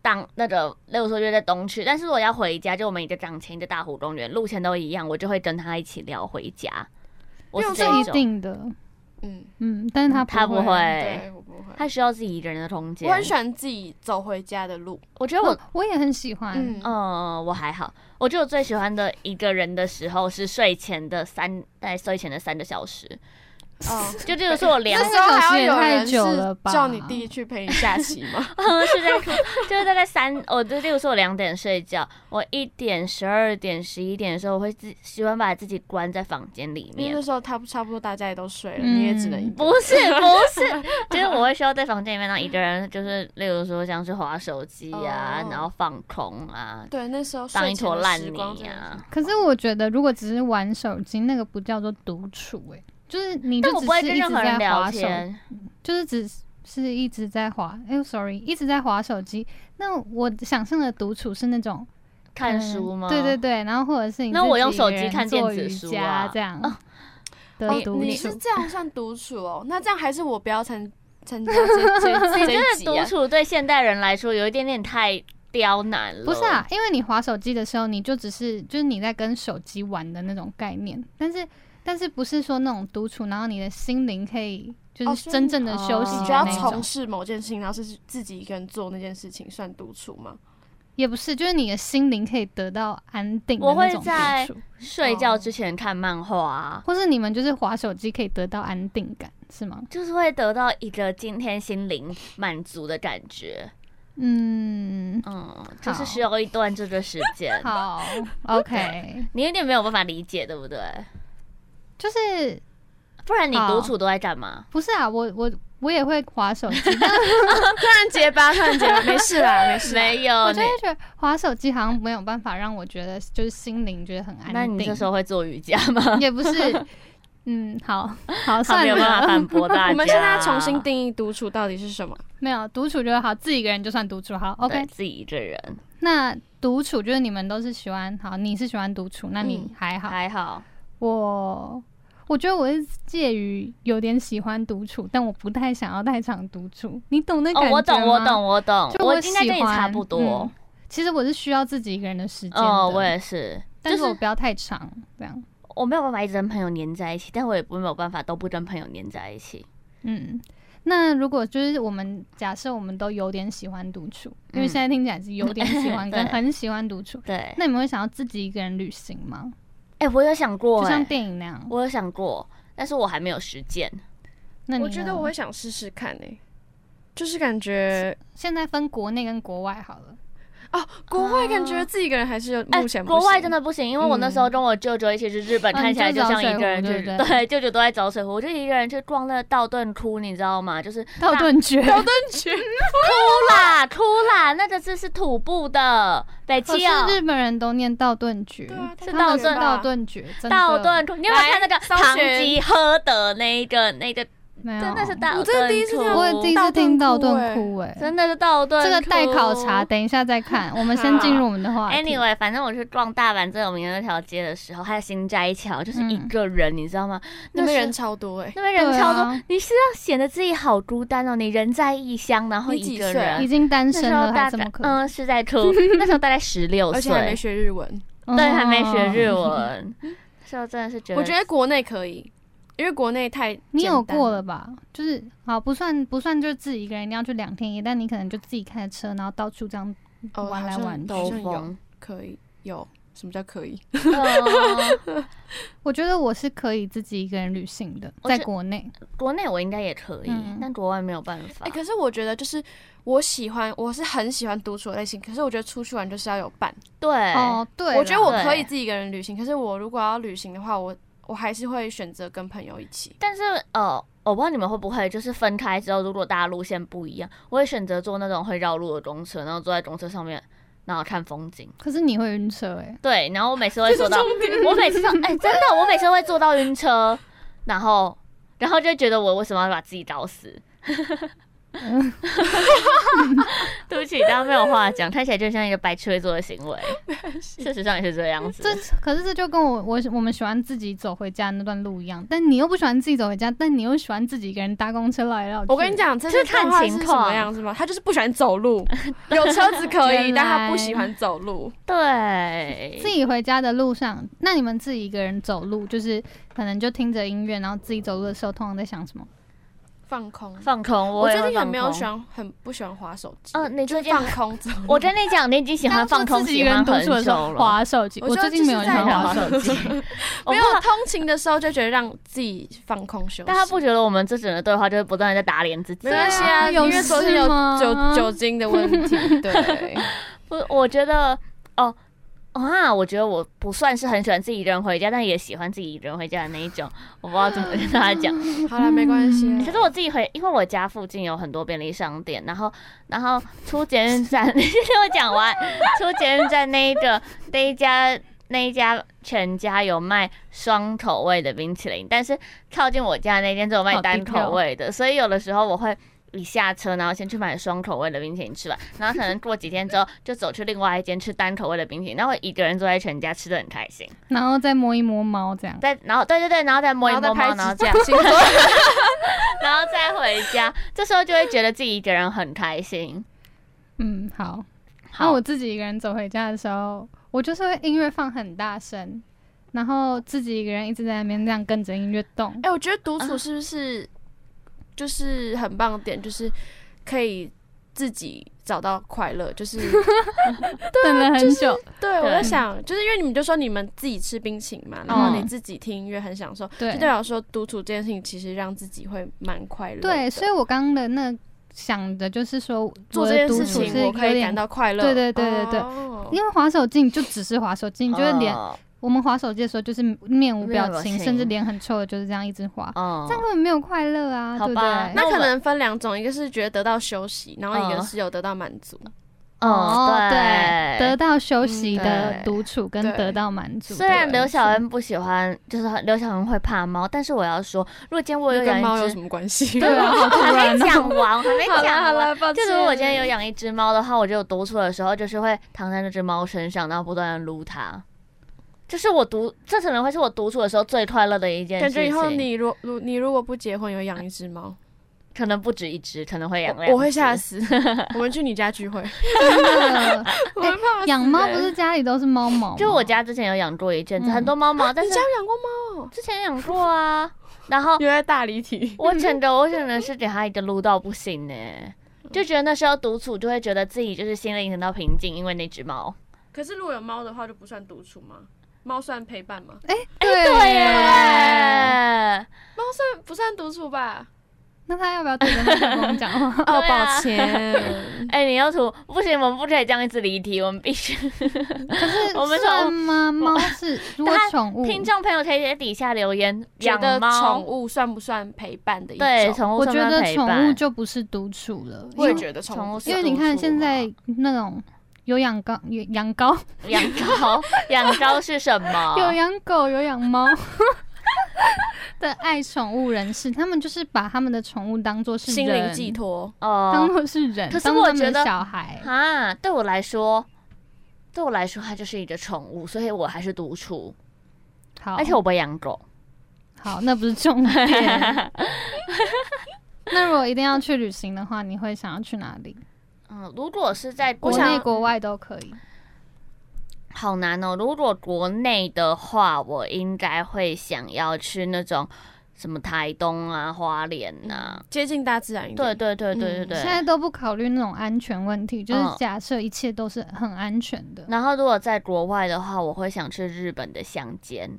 Speaker 1: 当那个，例如说约在东区，但是如果要回家，就我们一个港前一个大湖公园，路线都一样，我就会跟他一起聊回家。我是
Speaker 4: 没
Speaker 1: 这
Speaker 4: 有
Speaker 2: 是
Speaker 1: 一
Speaker 2: 一
Speaker 1: 种，
Speaker 2: 定的，
Speaker 4: 嗯，
Speaker 2: 嗯，但是他
Speaker 1: 他不
Speaker 2: 会。
Speaker 1: 会
Speaker 4: 对，，我不会。
Speaker 1: 他需要自己一个人的空间。
Speaker 4: 我很喜欢自己走回家的路。
Speaker 1: 我觉得我
Speaker 2: 我我也很喜欢，
Speaker 4: 嗯，
Speaker 1: 嗯，我还好。我觉得我最喜欢的一个人的时候是睡前的三，在睡前的三个小时，
Speaker 4: 哦，
Speaker 1: 就这个是我 量
Speaker 4: 那
Speaker 2: 这
Speaker 4: 时候还要有
Speaker 2: 太
Speaker 4: 人
Speaker 2: 久
Speaker 4: 是
Speaker 2: 了吧
Speaker 4: 叫你弟去陪你下棋 吗？
Speaker 1: 呃是在就是大概三，我就例如说我两点睡觉，我一点、十二点、十一点的时候，我会自喜欢把自己关在房间里
Speaker 4: 因为
Speaker 1: 面
Speaker 4: 那。时候他差不多大家也都睡了，
Speaker 2: 嗯
Speaker 4: 你也只能一个
Speaker 1: 不 是不是，就是我会需要在房间里面让一个人，就是例如说像是划手机啊，
Speaker 4: 哦
Speaker 1: 然后放空啊，
Speaker 4: 对，那时候睡
Speaker 1: 当一
Speaker 4: 前
Speaker 1: 坨
Speaker 4: 的
Speaker 1: 烂
Speaker 4: 时光真
Speaker 1: 泥
Speaker 4: 的是
Speaker 1: 啊。
Speaker 2: 可是我觉得如果只是玩手机，那个不叫做独处、欸，就是你就
Speaker 1: 但我
Speaker 2: 只
Speaker 1: 不会
Speaker 2: 是
Speaker 1: 跟
Speaker 2: 一直
Speaker 1: 任何人
Speaker 2: 在
Speaker 1: 聊
Speaker 2: 划手
Speaker 1: 天，
Speaker 2: 就是只是一直在滑，哎呦，sorry，一直在滑手机。那我想象的独处是那种
Speaker 1: 看
Speaker 2: 嗯
Speaker 1: 书吗？
Speaker 2: 对对对，然后或者是你
Speaker 1: 那
Speaker 2: 自己
Speaker 1: 我用手机
Speaker 2: 一个人
Speaker 1: 看电子
Speaker 2: 做瑜
Speaker 1: 书
Speaker 2: 伽
Speaker 1: 啊
Speaker 2: 这样
Speaker 1: 哦
Speaker 2: 的独
Speaker 4: 你
Speaker 2: 处
Speaker 4: 是。这样算独处哦？那这样还是我不要参 参加这这
Speaker 1: 你
Speaker 4: 这一
Speaker 1: 真的
Speaker 4: 集
Speaker 1: 独
Speaker 4: 啊？
Speaker 1: 处对现代人来说有一点点太刁难了。
Speaker 2: 不是啊，，因为你滑手机的时候，你就只是就是你在跟手机玩的那种概念，但是但是不是说那种独处，然后你的心灵可以就
Speaker 4: 哦
Speaker 2: 是
Speaker 4: 所以
Speaker 2: 真正的休息
Speaker 4: 你
Speaker 2: 的
Speaker 4: 就要
Speaker 2: 那种
Speaker 4: 从事某件事情，然后是自己一个人做那件事情，算独处吗？
Speaker 2: 也不是，就是你的心灵可以得到安定的
Speaker 1: 我会
Speaker 2: 那种
Speaker 1: 在
Speaker 2: 独处，
Speaker 1: 睡觉之前看漫画、啊，
Speaker 2: 或是你们就是滑手机可以得到安定感，是吗？
Speaker 1: 就是会得到一个今天心灵满足的感觉。
Speaker 2: 嗯，
Speaker 1: 嗯，就是需要一段这个时间。
Speaker 2: 好
Speaker 1: 呃
Speaker 2: ，OK，
Speaker 1: 你有点没有办法理解，对不对？
Speaker 2: 就是
Speaker 1: 不然你
Speaker 2: 好
Speaker 1: 独处都在干嘛？
Speaker 2: 不是啊，我我我也会划手 机，
Speaker 4: 突然结巴，突然结
Speaker 1: 啊
Speaker 4: 巴，没事 啦，没事啦。
Speaker 1: 没有
Speaker 2: 我
Speaker 1: 哦你
Speaker 2: 就，会觉得划手机好像没有办法让我觉得就是心灵觉得很安定。
Speaker 1: 那你这时候会做瑜伽吗？
Speaker 2: 也不是，嗯，好好
Speaker 1: 他
Speaker 2: 算
Speaker 1: 没有办法
Speaker 2: 了，
Speaker 1: 反驳大家。
Speaker 4: 我们现在要重新定义独处到底是什么？
Speaker 2: 没有独处就好，自己一个人就算独处好。
Speaker 1: 对
Speaker 2: OK，
Speaker 1: 自己一个人
Speaker 2: 那独处就是你们都是喜欢，好，你是喜欢独处，那你
Speaker 1: 嗯
Speaker 2: 还好。
Speaker 1: 还好，
Speaker 2: 我我觉得我是介于有点喜欢独处，但我不太想要太常独处，你懂那感
Speaker 1: 哦，
Speaker 2: 觉吗？
Speaker 1: 我懂，我懂，我懂，
Speaker 2: 就
Speaker 1: 我
Speaker 2: 我
Speaker 1: 应该
Speaker 2: 喜
Speaker 1: 跟你差
Speaker 2: 欢
Speaker 1: 不多
Speaker 2: 嗯。其实我是需要自己一个人的嗯时间
Speaker 1: 哦，
Speaker 2: 的
Speaker 1: 我也是，
Speaker 2: 但
Speaker 1: 就是
Speaker 2: 我不要太长，这样。
Speaker 1: 我没有办法一直跟朋友黏在一起，但我也不没有办法都不跟朋友黏在一起。
Speaker 2: 嗯，那如果就是我们假设我们都有点喜欢独处，因为
Speaker 1: 嗯
Speaker 2: 现在听起来是有点喜欢跟
Speaker 1: 对
Speaker 2: 很喜欢独处，
Speaker 1: 对，哎、
Speaker 2: 那你们会想要自己一个人旅行吗？
Speaker 1: 我有想过、
Speaker 2: 就像
Speaker 1: 哎，
Speaker 2: 电影那样？
Speaker 1: 我有想过，但是我还没有实践。
Speaker 2: 那你
Speaker 4: 我觉
Speaker 2: 呢
Speaker 4: 得我会想试试看诶、就是感觉
Speaker 2: 现在分国内跟国外好了，
Speaker 4: 哦，国外感觉自己一个人还是有
Speaker 1: 哎、
Speaker 4: 目前不行、
Speaker 1: 国外真的不行，因为我那时候跟我舅舅一起去日本，
Speaker 2: 嗯
Speaker 1: 看起来就像一个人
Speaker 2: 你
Speaker 1: 去，
Speaker 2: 就找水壶对不
Speaker 1: 对，舅舅都在找水壶，我就一个人去逛那个道顿窟，你知道吗？就是
Speaker 2: 道顿崛，
Speaker 1: 窟啦，窟啦，那个字是土布的，北
Speaker 2: 可
Speaker 1: 七哦
Speaker 2: 哦，，日本人都念道顿崛
Speaker 4: 对啊，
Speaker 2: 他
Speaker 4: 是
Speaker 2: 们
Speaker 1: 道
Speaker 2: 是
Speaker 1: 顿
Speaker 2: 道顿崛，真的
Speaker 1: 道顿窟，你有没有看那个
Speaker 4: 来搜
Speaker 1: 唐
Speaker 4: 寻
Speaker 1: 吉诃德那一个那个，
Speaker 2: 没有，
Speaker 1: 真的是道顿窟，
Speaker 4: 我真的第一次听到
Speaker 2: 哦我也第一次听道顿窟哎，
Speaker 1: 欸真的是道顿
Speaker 2: 这
Speaker 1: 窟，
Speaker 2: 个待考察，等一下再看，我们先进入我们的话题。
Speaker 1: Anyway，反正我去逛大阪最有名的那条街的时候，还有新斋桥，就是一
Speaker 2: 嗯
Speaker 1: 个人，你知道吗？
Speaker 4: 那边
Speaker 1: 时
Speaker 4: 人超多欸诶、
Speaker 1: 那边人超多，
Speaker 2: 对啊
Speaker 1: 你是要显得自己好孤单哦，你人在异乡，然后
Speaker 4: 你
Speaker 1: 一
Speaker 4: 几
Speaker 1: 个
Speaker 4: 岁啊
Speaker 1: 人
Speaker 2: 已。经单
Speaker 1: 那
Speaker 2: 身
Speaker 1: 时候
Speaker 2: 了
Speaker 1: 大
Speaker 2: 还这
Speaker 1: 概
Speaker 2: 么可
Speaker 1: 嗯是在哭，那时候大概十六
Speaker 4: 而且还没
Speaker 1: 岁，
Speaker 4: 学日文。
Speaker 1: 嗯对，还没学日
Speaker 2: 哦
Speaker 1: 文，那时候真的是觉得，
Speaker 2: 嗯
Speaker 4: 我觉得国内可以，因为国内太
Speaker 2: 你有
Speaker 4: 简单
Speaker 2: 过了吧？就是好，不算不算，就是自己一个人一定要去两天一夜，但你可能就自己开着车，然后到处这样
Speaker 4: 哦
Speaker 2: 玩来
Speaker 4: 好像
Speaker 2: 玩去。
Speaker 4: 好
Speaker 1: 兜
Speaker 4: 像有
Speaker 1: 风，
Speaker 4: 可以有什么叫可以？
Speaker 1: 嗯
Speaker 2: 我觉得我是可以自己一个人旅行的，
Speaker 1: 我
Speaker 2: 在
Speaker 1: 觉
Speaker 2: 国内，
Speaker 1: 国内我应该也可 以
Speaker 2: 嗯，
Speaker 1: 但国外没有办法
Speaker 2: 哦
Speaker 4: 哎、。可是我觉得就是我喜欢，我是很喜欢独处的类型。可是我觉得出去玩就是要有伴。
Speaker 1: 对，
Speaker 2: 哦，对啦，
Speaker 4: 我觉得我
Speaker 1: 对
Speaker 4: 可以自己一个人旅行，可是我如果要旅行的话，我我还是会选择跟朋友一起。
Speaker 1: 但是呃，我不知道你们会不会，就是分开之后，如果大家路线不一样，我会选择坐那种会绕路的公车，然后坐在公车上面，然后看风景。
Speaker 2: 可是你会晕车哎、
Speaker 1: 对，然后我每次会坐到，我每次都哎、真的，我每次会坐到晕车，然后然后就觉得我为什么要把自己搞死？对不起，大家没有话讲，看起来就像一个白痴会做的行 为。事实上也是这样子。
Speaker 2: 这可是这就跟我我我们喜欢自己走回家那段路一样，但你又不喜欢自己走回家，但你又喜欢自己一个人搭公车绕来绕去。
Speaker 4: 我跟你，讲，这
Speaker 1: 就是看
Speaker 4: 动画
Speaker 1: 情
Speaker 4: 是什
Speaker 1: 况
Speaker 4: 么样子吗？他就是不喜欢走 路，有车子可以，
Speaker 2: 原
Speaker 4: 但他不
Speaker 2: 来
Speaker 4: 喜欢走路。
Speaker 1: 对，
Speaker 2: 自己回家的路上，那你们自己一个人走路，就是可能就听着音乐，然后自己走路的时候，通常在想什么？
Speaker 4: 放空。
Speaker 1: 放空，
Speaker 4: 我
Speaker 1: 也
Speaker 4: 最
Speaker 1: 会
Speaker 4: 近很
Speaker 1: 放
Speaker 4: 没有
Speaker 1: 空
Speaker 4: 喜欢，很不喜欢滑手机。
Speaker 1: 嗯，你最近
Speaker 4: 放 空走路。
Speaker 1: 我跟你讲，你已经喜欢放空，
Speaker 2: 自己
Speaker 1: 喜
Speaker 2: 一个人
Speaker 1: 欢
Speaker 2: 独
Speaker 1: 很
Speaker 2: 处的时
Speaker 1: 久
Speaker 2: 候
Speaker 1: 了。
Speaker 2: 划手机，
Speaker 4: 我
Speaker 2: 我
Speaker 4: 就
Speaker 2: 最近没有
Speaker 4: 就是
Speaker 2: 人
Speaker 4: 在
Speaker 2: 划
Speaker 4: 划
Speaker 2: 手
Speaker 1: 手机， 我没
Speaker 4: 没有
Speaker 1: 有。
Speaker 4: 通勤的时候就觉得让自己放空休息。
Speaker 1: 但他不觉得我们这整个对话就是不断的在打脸自己。
Speaker 4: 没关系啊，
Speaker 2: 对啊
Speaker 4: 因为昨天有
Speaker 2: 有事吗
Speaker 4: 酒酒精的问题， 对，
Speaker 1: 不，我觉得哦。啊，我觉得我不算是很喜欢自己一个人回家，但也喜欢自己一个人回家的那一种。我不知道怎么跟大家讲，
Speaker 4: 好了，没关系。
Speaker 1: 可是我自己回，因为我家附近有很多便利商店，然后然后出捷运站，你先听我讲完。出捷运站那一个 那一家那一家全家有卖双口味的冰淇淋，但是靠近我家那间只有卖
Speaker 2: 好低
Speaker 1: 单
Speaker 2: 调
Speaker 1: 口味的，所以有的时候我会。一下车，然后先去买双口味的冰淇淋吃完，然后可能过几天之后就走去另外一间吃单口味的冰淇淋，然后我一个人坐在全家吃的很开心，
Speaker 2: 然后再摸一摸猫这样。
Speaker 1: 再然后对对对，然后再摸一摸猫，然后这样，
Speaker 4: 星座
Speaker 1: 然后再回家，这时候就会觉得自己一个人很开心。
Speaker 2: 嗯，好。那
Speaker 1: 好，
Speaker 2: 我自己一个人走回家的时候，我就是会音乐放很大声，然后自己一个人一直在那边这样跟着音乐动。
Speaker 4: 哎，我觉得独
Speaker 1: 啊
Speaker 4: 处是不是就是很棒的点，就是可以自己找到快乐，就是 啊
Speaker 2: 等了很久，
Speaker 4: 对我
Speaker 1: 对嗯
Speaker 4: 在想，就是因为你们就说你们自己吃冰淇淋嘛，然后你自己听音乐很享受，
Speaker 2: 对
Speaker 4: 就代表说独处这件事情其实让自己会蛮快乐的。
Speaker 2: 对，所以我刚刚的那想的就是说，
Speaker 4: 做
Speaker 2: 我
Speaker 4: 这
Speaker 2: 的
Speaker 4: 件
Speaker 2: 独
Speaker 4: 事
Speaker 2: 处
Speaker 4: 情
Speaker 2: 是有
Speaker 4: 我可以
Speaker 2: 点
Speaker 4: 感到快乐。
Speaker 2: 对对对对对
Speaker 4: 哦啊
Speaker 2: 因为滑手机你就只是滑手机，你就会连
Speaker 1: 哦
Speaker 2: 我们划手机的时候就是面无表
Speaker 1: 面无表
Speaker 2: 情，
Speaker 1: 情
Speaker 2: 甚至脸很臭的，就是这样一直划，
Speaker 1: 哦
Speaker 2: 这，样根本没有快乐啊，
Speaker 1: 好
Speaker 2: 对不
Speaker 1: 吧
Speaker 2: 对？
Speaker 4: 那
Speaker 1: 那
Speaker 4: 可
Speaker 1: 我
Speaker 4: 能分两种，一个是觉得得到休息，然后一个
Speaker 1: 嗯
Speaker 4: 是有得到满足。
Speaker 1: 哦，
Speaker 2: 对，得
Speaker 1: 对。
Speaker 2: 到休息
Speaker 4: 嗯
Speaker 2: 的
Speaker 1: 对
Speaker 2: 独处跟
Speaker 4: 对
Speaker 2: 得到满足的人生。
Speaker 1: 虽然刘晓恩不喜欢，就是很刘晓恩会怕猫，但是我要说，如果今天我有
Speaker 4: 跟
Speaker 1: 养
Speaker 4: 猫有
Speaker 1: 一
Speaker 4: 什
Speaker 1: 只，
Speaker 4: 么关系？
Speaker 2: 对啊，好突
Speaker 1: 我还
Speaker 2: 然
Speaker 1: 没
Speaker 2: 哦
Speaker 1: 讲完，我还没
Speaker 4: 好啦好
Speaker 1: 讲完。
Speaker 4: 啦，抱
Speaker 1: 就
Speaker 4: 歉。
Speaker 1: 如果我今天有养一只猫的话，我就有独处的时候，就是会躺在那只猫身上，然后不断的撸它。这是我独，这可能会是我独处的时候最快乐的一件事
Speaker 4: 感
Speaker 1: 情。
Speaker 4: 觉以后你如如你如果不结婚，有养一只 猫，
Speaker 1: 可能不止一只，可能会养两
Speaker 4: 我我会
Speaker 1: 只
Speaker 4: 吓死。我们去你家聚会，
Speaker 2: 真的
Speaker 4: 我会怕死。
Speaker 2: 哎
Speaker 4: 欸
Speaker 2: 养猫不是家里都是猫毛吗，
Speaker 1: 就我家之前有养过一阵子，
Speaker 2: 嗯
Speaker 1: 很多猫毛，但
Speaker 4: 啊你
Speaker 1: 是
Speaker 4: 家有养过 猫哦？
Speaker 1: 之前养过啊。然后
Speaker 4: 原来大离题。
Speaker 1: 我整的，我整的是给它一个撸到不行呢、就觉得那时候独处就会觉得自己就是心灵得到平静，因为那只猫。
Speaker 4: 可是如果有猫的话，就不算独处吗？猫算陪伴吗？
Speaker 2: 对
Speaker 1: 哎对
Speaker 2: 耶。
Speaker 1: 耶，
Speaker 4: 猫算不算独处吧？
Speaker 2: 那他要不要对着麦克风讲 话？
Speaker 4: 哦，
Speaker 1: 对啊
Speaker 4: 抱 歉，
Speaker 1: 哎、你要吐不行，我们不可以这样一直离题，我们必须。
Speaker 2: 可是
Speaker 1: 我们说
Speaker 2: 算吗？猫是如果
Speaker 1: 它
Speaker 2: 宠物，
Speaker 1: 听众朋友可以在底下留言，嗯
Speaker 4: 觉
Speaker 1: 养
Speaker 4: 得宠
Speaker 1: 猫
Speaker 4: 物算不算陪伴的一
Speaker 1: 对
Speaker 4: 种？
Speaker 1: 宠物
Speaker 2: 我
Speaker 1: 算
Speaker 2: 觉
Speaker 1: 不算
Speaker 2: 得
Speaker 1: 陪
Speaker 2: 宠物
Speaker 1: 伴
Speaker 2: 就不是独处了，
Speaker 4: 我也
Speaker 2: 因为
Speaker 4: 觉得
Speaker 1: 宠
Speaker 4: 宠
Speaker 1: 物
Speaker 4: 物
Speaker 1: 是啊
Speaker 4: 是
Speaker 2: 因为你看现在那种有养高有养高
Speaker 1: 养高 养高是什 么？
Speaker 4: 啊
Speaker 2: 有养狗有养 猫的爱宠物人士，他们就是把他们的宠物当做是
Speaker 4: 心灵
Speaker 2: 人
Speaker 4: 寄，托，
Speaker 1: 哦
Speaker 2: 当做是人，
Speaker 1: 可是
Speaker 2: 当作
Speaker 1: 我
Speaker 2: 他们
Speaker 1: 觉得
Speaker 2: 的小孩。
Speaker 1: 啊，对我来说，对我来说，它就是一个宠物，所以我还是独处，
Speaker 2: 好，
Speaker 1: 而且我不会养 狗。
Speaker 2: 好，那不是重 点。那如果一定要去旅行的话，你会想要去哪里？
Speaker 1: 嗯，如果是在
Speaker 2: 国
Speaker 4: 我
Speaker 1: 国
Speaker 4: 想嗯
Speaker 2: 内、
Speaker 1: 内，
Speaker 2: 国外都可以。
Speaker 1: 好难哦。如果国内的话，我应该会想要去那种什么台东啊、花莲呐、
Speaker 4: 接近大自然一
Speaker 1: 对
Speaker 4: 点。
Speaker 1: 对对对对对。
Speaker 2: 嗯现在都不考虑那种安全问题，就是
Speaker 1: 嗯
Speaker 2: 假设一切都是很安全的。
Speaker 1: 然后如果在国外的话，我会想去日本的乡 间，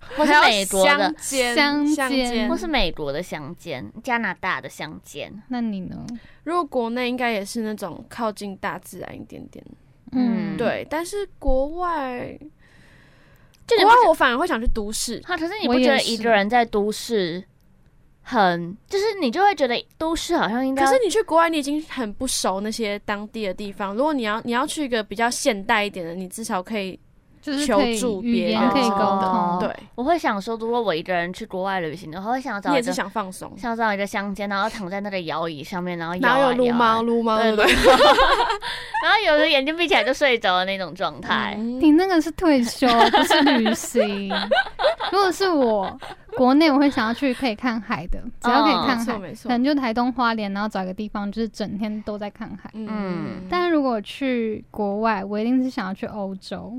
Speaker 1: 或
Speaker 4: 我
Speaker 1: 是美国的
Speaker 4: 乡，间，
Speaker 2: 乡间
Speaker 4: 乡间
Speaker 1: 或是美国的乡间，加拿大的乡间。
Speaker 2: 那你呢？
Speaker 4: 如果国内应该也是那种靠近大自然一点点，
Speaker 1: 嗯
Speaker 2: 嗯，
Speaker 4: 对。但是国外，
Speaker 1: 就你
Speaker 4: 国
Speaker 1: 不
Speaker 4: 外
Speaker 1: 觉
Speaker 4: 我反而会想去都市，
Speaker 1: 啊，可是你
Speaker 2: 我
Speaker 1: 不觉
Speaker 2: 也
Speaker 1: 得一
Speaker 2: 是
Speaker 1: 个人在都市很，就是你就会觉得都市好像应该
Speaker 4: 可是你去国外，你已经很不熟那些当地的地方。如果你要你要去一个比较现代一点的，你至少可以
Speaker 2: 就是
Speaker 4: 求
Speaker 2: 可以
Speaker 4: 助
Speaker 2: 语
Speaker 4: 别
Speaker 2: 言
Speaker 4: 人
Speaker 2: 可以
Speaker 4: 什
Speaker 2: 沟
Speaker 4: 么的
Speaker 2: 通。
Speaker 4: 对，
Speaker 1: 我会想说，如果我一个人去国外旅行的话，会想
Speaker 4: 你
Speaker 1: 找一
Speaker 4: 也是
Speaker 1: 个
Speaker 4: 想放松。
Speaker 1: 像找一个乡间，然后躺在那个摇椅上面，然后摇
Speaker 4: 哪有
Speaker 1: 啊
Speaker 4: 撸
Speaker 1: 摇啊
Speaker 4: 猫撸猫，对不对？
Speaker 1: 然后有的眼睛闭起来就睡着的那种状态。
Speaker 4: 嗯
Speaker 2: 你那个是退休，啊不是旅行。如果是我，国内我会想要去可以看海的，只要可以看海，
Speaker 4: 哦没错没错
Speaker 2: 可能就台东花莲，然后找一个地方就是整天都在看海。
Speaker 1: 嗯
Speaker 4: 但
Speaker 2: 但如果去国外，我一定是想要去欧洲，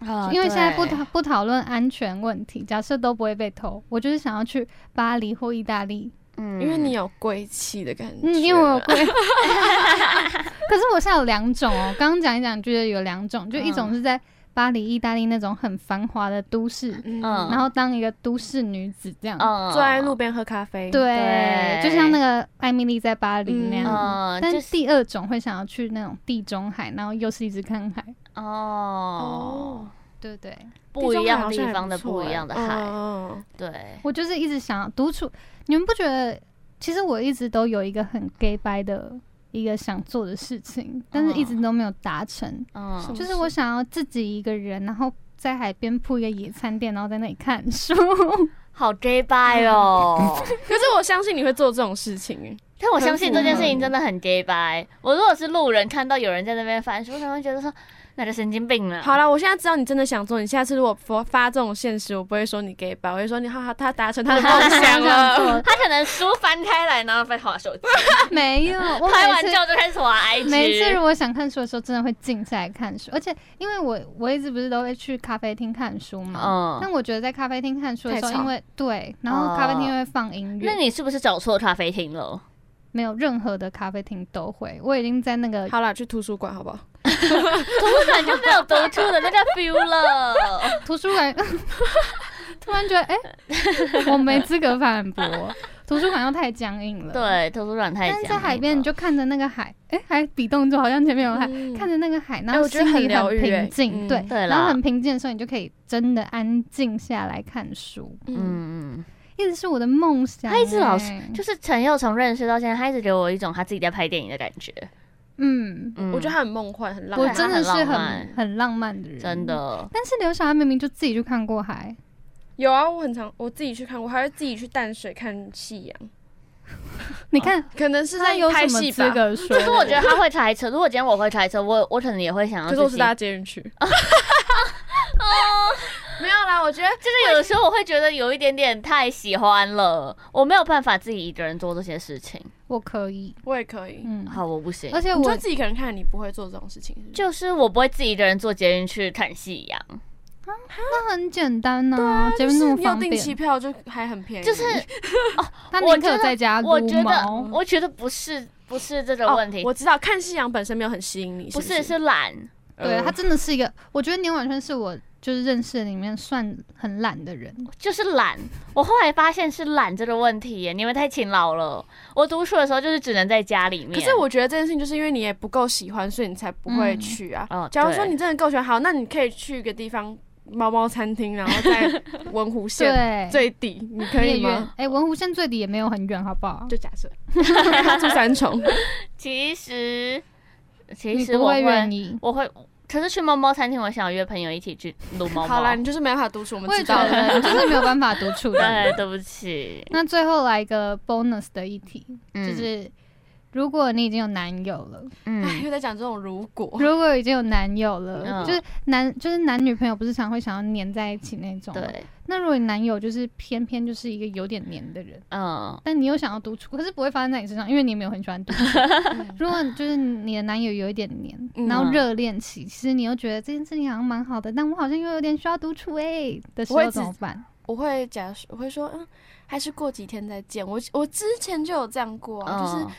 Speaker 4: 嗯
Speaker 1: 啊
Speaker 2: 因为现在不
Speaker 1: 对
Speaker 2: 讨不讨论安全问题，假设都不会被偷，我就是想要去巴黎或意大利。
Speaker 1: 嗯
Speaker 4: 因为你有贵气的感觉，
Speaker 2: 嗯，因为我有贵。 可是我现在有两种哦，刚刚讲一讲，觉得有两种，就一种是在巴黎、意大利那种很繁华的都市，
Speaker 4: 嗯
Speaker 1: 嗯
Speaker 2: 然后当一个都市女子这样。
Speaker 1: 嗯
Speaker 4: 坐在路边喝咖啡，，
Speaker 2: 哦对，
Speaker 1: 对
Speaker 2: 就像那个艾米丽在巴黎那样。
Speaker 1: 嗯，
Speaker 2: 但
Speaker 1: 就是
Speaker 2: 第二种会想要去那种地中海，然后又是一直看海，
Speaker 1: 哦，
Speaker 4: 哦，
Speaker 2: 对对。
Speaker 1: 不一样地方的
Speaker 4: 地中
Speaker 1: 不
Speaker 2: 欸
Speaker 4: 海好像还错
Speaker 1: 一样的
Speaker 4: 哎
Speaker 1: 海，
Speaker 4: 嗯嗯
Speaker 1: 对，
Speaker 2: 我就是一直想要独处。你们不觉得？其实我一直都有一个很 gay 掰的一个想做的事情，但是一直都没有达成。
Speaker 4: 什
Speaker 1: 嗯
Speaker 4: 么
Speaker 2: 哦就是
Speaker 4: 事
Speaker 2: 我想要自己一个人，然后在海边铺一个野餐垫，然后在那里看书。
Speaker 1: 好 gay bye 哦。
Speaker 4: 嗯可是我相信你会做这种事情，
Speaker 1: 但我相信这件事情真的很 gay 白。我如果是路人看到有人在那边翻书，我可能会觉得说那个神经病了。
Speaker 4: 好，了，我现在知道你真的想做。你下次如果发发这种现实，我不会说你 gay 吧，我会说你哈哈，他达成他的梦想了。
Speaker 1: 他可能书翻开来，然后在划手机，
Speaker 2: 没有，我
Speaker 1: 拍完
Speaker 2: 每次
Speaker 1: 照就开始划 IG。
Speaker 2: 每次如果想看书的时候，真的会静下来看书。而且因为我我一直不是都会去咖啡厅看书嘛，
Speaker 1: 嗯，
Speaker 2: 但我觉得在咖啡厅看书的时候，
Speaker 4: 太吵哦
Speaker 2: 因为对，然后咖啡厅又会放音乐，
Speaker 1: 那你是不是找错咖啡厅了？
Speaker 2: 没有任何的咖啡厅都会。我已经在那个
Speaker 4: 好了，去图书馆好不好？
Speaker 1: 图书馆就没有读出的那个 feel 了。
Speaker 2: 图书馆，突然觉得，哎、我没资格反驳。图书馆又太僵硬了。。
Speaker 1: 对，图书馆太
Speaker 2: 但
Speaker 1: 僵硬
Speaker 2: 是
Speaker 1: 了。
Speaker 2: 在海边，你就看着那个海，哎、还比动作，好像前面有海，
Speaker 4: 嗯
Speaker 2: 看着那个海，然
Speaker 4: 哎
Speaker 2: 后
Speaker 4: 我觉得
Speaker 2: 心
Speaker 4: 很
Speaker 2: 里
Speaker 4: 疗愈哎
Speaker 2: 平静，
Speaker 4: 嗯
Speaker 2: 对，
Speaker 1: 对
Speaker 2: 然后
Speaker 1: 啦
Speaker 2: 很平静的时候，你就可以真的安静下来看书，
Speaker 4: 嗯，
Speaker 1: 嗯，嗯
Speaker 2: 一直是我的梦想、
Speaker 1: 他一直老是
Speaker 2: 哎
Speaker 1: 嗯，就是陈佑从认识到现在，他一直给我一种他自己在拍电影的感觉。
Speaker 2: 嗯，
Speaker 1: 嗯，
Speaker 4: 我觉得他很梦幻，很浪
Speaker 2: 我
Speaker 4: 漫。
Speaker 2: 真的是
Speaker 1: 浪
Speaker 2: 很
Speaker 1: 漫
Speaker 2: 很浪漫的人，
Speaker 1: 真。的，
Speaker 2: 但是刘小安明明就自己去看过海，
Speaker 4: 有啊，我很常我自己去看，我还会自己去淡水看夕阳，
Speaker 1: 哦
Speaker 2: 你看
Speaker 4: 可能是
Speaker 2: 他
Speaker 4: 在
Speaker 2: 有
Speaker 4: 拍
Speaker 2: 什么
Speaker 4: 戏
Speaker 2: 资
Speaker 4: 吧。
Speaker 2: 格说？
Speaker 1: 可是我觉得他会猜测，如果今天我会猜测，我我可能也会想要
Speaker 4: 可
Speaker 1: 自
Speaker 4: 是
Speaker 1: 己。
Speaker 4: 我是搭捷运 去。没有啦，我觉得
Speaker 1: 就是有的时候我会觉得有一点点太喜欢了，我没有办法自己一个人做这些事情。
Speaker 2: 我可以，
Speaker 4: 我也可以。
Speaker 2: 嗯，
Speaker 1: 好，我不行
Speaker 2: 而，且
Speaker 4: 你
Speaker 2: 我
Speaker 4: 就自己一个人看，你不会做这种事情是不是
Speaker 1: 就是我不会自己一个人坐捷运去看夕阳，
Speaker 2: 那很简单
Speaker 1: 啊
Speaker 2: 呐、节目
Speaker 4: 就
Speaker 2: 那
Speaker 4: 是
Speaker 2: 么
Speaker 4: 你有
Speaker 2: 方
Speaker 4: 订期
Speaker 2: 便，
Speaker 4: 票就还很便宜，
Speaker 1: 就是
Speaker 2: 他
Speaker 1: 我
Speaker 2: 宁
Speaker 1: 觉
Speaker 2: 可
Speaker 1: 得
Speaker 2: 在家撸
Speaker 1: 我觉得
Speaker 2: 猫。
Speaker 1: 我觉得不是不是这个
Speaker 4: 哦
Speaker 1: 问题，
Speaker 4: 我知道看夕阳本身没有很吸引你，
Speaker 1: 不
Speaker 4: 是
Speaker 1: 是是懒，
Speaker 2: 对他
Speaker 4: 他
Speaker 2: 真的是一个，我觉得牛婉春是我就是认识里面算很懒的人。
Speaker 1: 就是懒。我后来发现是懒这个问题耶，你们太勤劳了。我读书的时候就是只能在家里面，
Speaker 4: 可是我觉得这件事情就是因为你也不够喜欢，所以你才不会
Speaker 2: 嗯
Speaker 4: 去啊。
Speaker 1: 哦
Speaker 4: 假如说
Speaker 1: 对
Speaker 4: 你真的够喜欢，好，那你可以去一个地方，猫猫餐厅，然后 在文湖县
Speaker 2: 对，
Speaker 4: 最底，你可
Speaker 2: 也
Speaker 4: 以
Speaker 2: 远
Speaker 4: 吗？？
Speaker 2: 哎、文湖线最底也没有很远，好不好？
Speaker 4: 就假设 他住三重，
Speaker 1: 其实其
Speaker 2: 你
Speaker 1: 实
Speaker 2: 不
Speaker 1: 我
Speaker 2: 会愿
Speaker 1: 会
Speaker 2: 意。
Speaker 1: 我会，可是去猫猫餐厅，我想约朋友一起去撸猫猫。
Speaker 4: 好啦，你就是没办法独处，我们
Speaker 2: 我也
Speaker 4: 知
Speaker 2: 觉
Speaker 4: 道了。
Speaker 2: 得就是没有办法独处的。
Speaker 1: 对，对不起，
Speaker 2: 那最后来一个 bonus 的一题，就
Speaker 1: 嗯
Speaker 2: 是如果你已经有男友了，
Speaker 4: 哎，
Speaker 1: 嗯，
Speaker 4: 又在讲这种如果，
Speaker 2: 如果已经有男友了，
Speaker 1: 嗯
Speaker 2: 就是男就是男女朋友不是常会想要黏在一起那种。。
Speaker 1: 对，
Speaker 2: 那如果你男友就是偏偏就是一个有点黏的人，
Speaker 1: 嗯，
Speaker 2: 但你又想要独处，可是不会发生在你身上，因为你没有很喜欢独处。如果就是你的男友有一点黏，
Speaker 4: 嗯
Speaker 2: 然后热恋期，其实你又觉得这件事情好像蛮好的，但我好像又有点需要独处哎、的时
Speaker 4: 我
Speaker 2: 候
Speaker 4: 会
Speaker 2: 怎
Speaker 4: 自
Speaker 2: 么办？
Speaker 4: 我会假设我会说，嗯，还是过几天再见。我我之前就有这样过啊，就是
Speaker 1: 嗯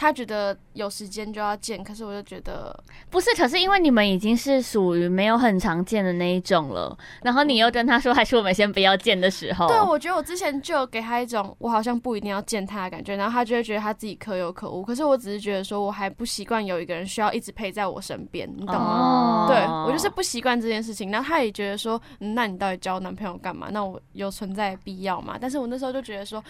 Speaker 4: 他觉得有时间就要见，可是我就觉得
Speaker 1: 不是，可是因为你们已经是属于没有很常见的那一种了，然后你又跟他说，还是我们先不要见的时候，
Speaker 4: 对，我觉得我之前就有给他一种我好像不一定要见他的感觉，然后他就会觉得他自己可有可无。可是我只是觉得说我还不习惯有一个人需要一直陪在我身边，你懂
Speaker 1: 哦
Speaker 4: 吗？对我就是不习惯这件事情。然后他也觉得说，嗯，那你到底交男朋友干嘛？那我有存在的必要吗？但是我那时候就觉得说，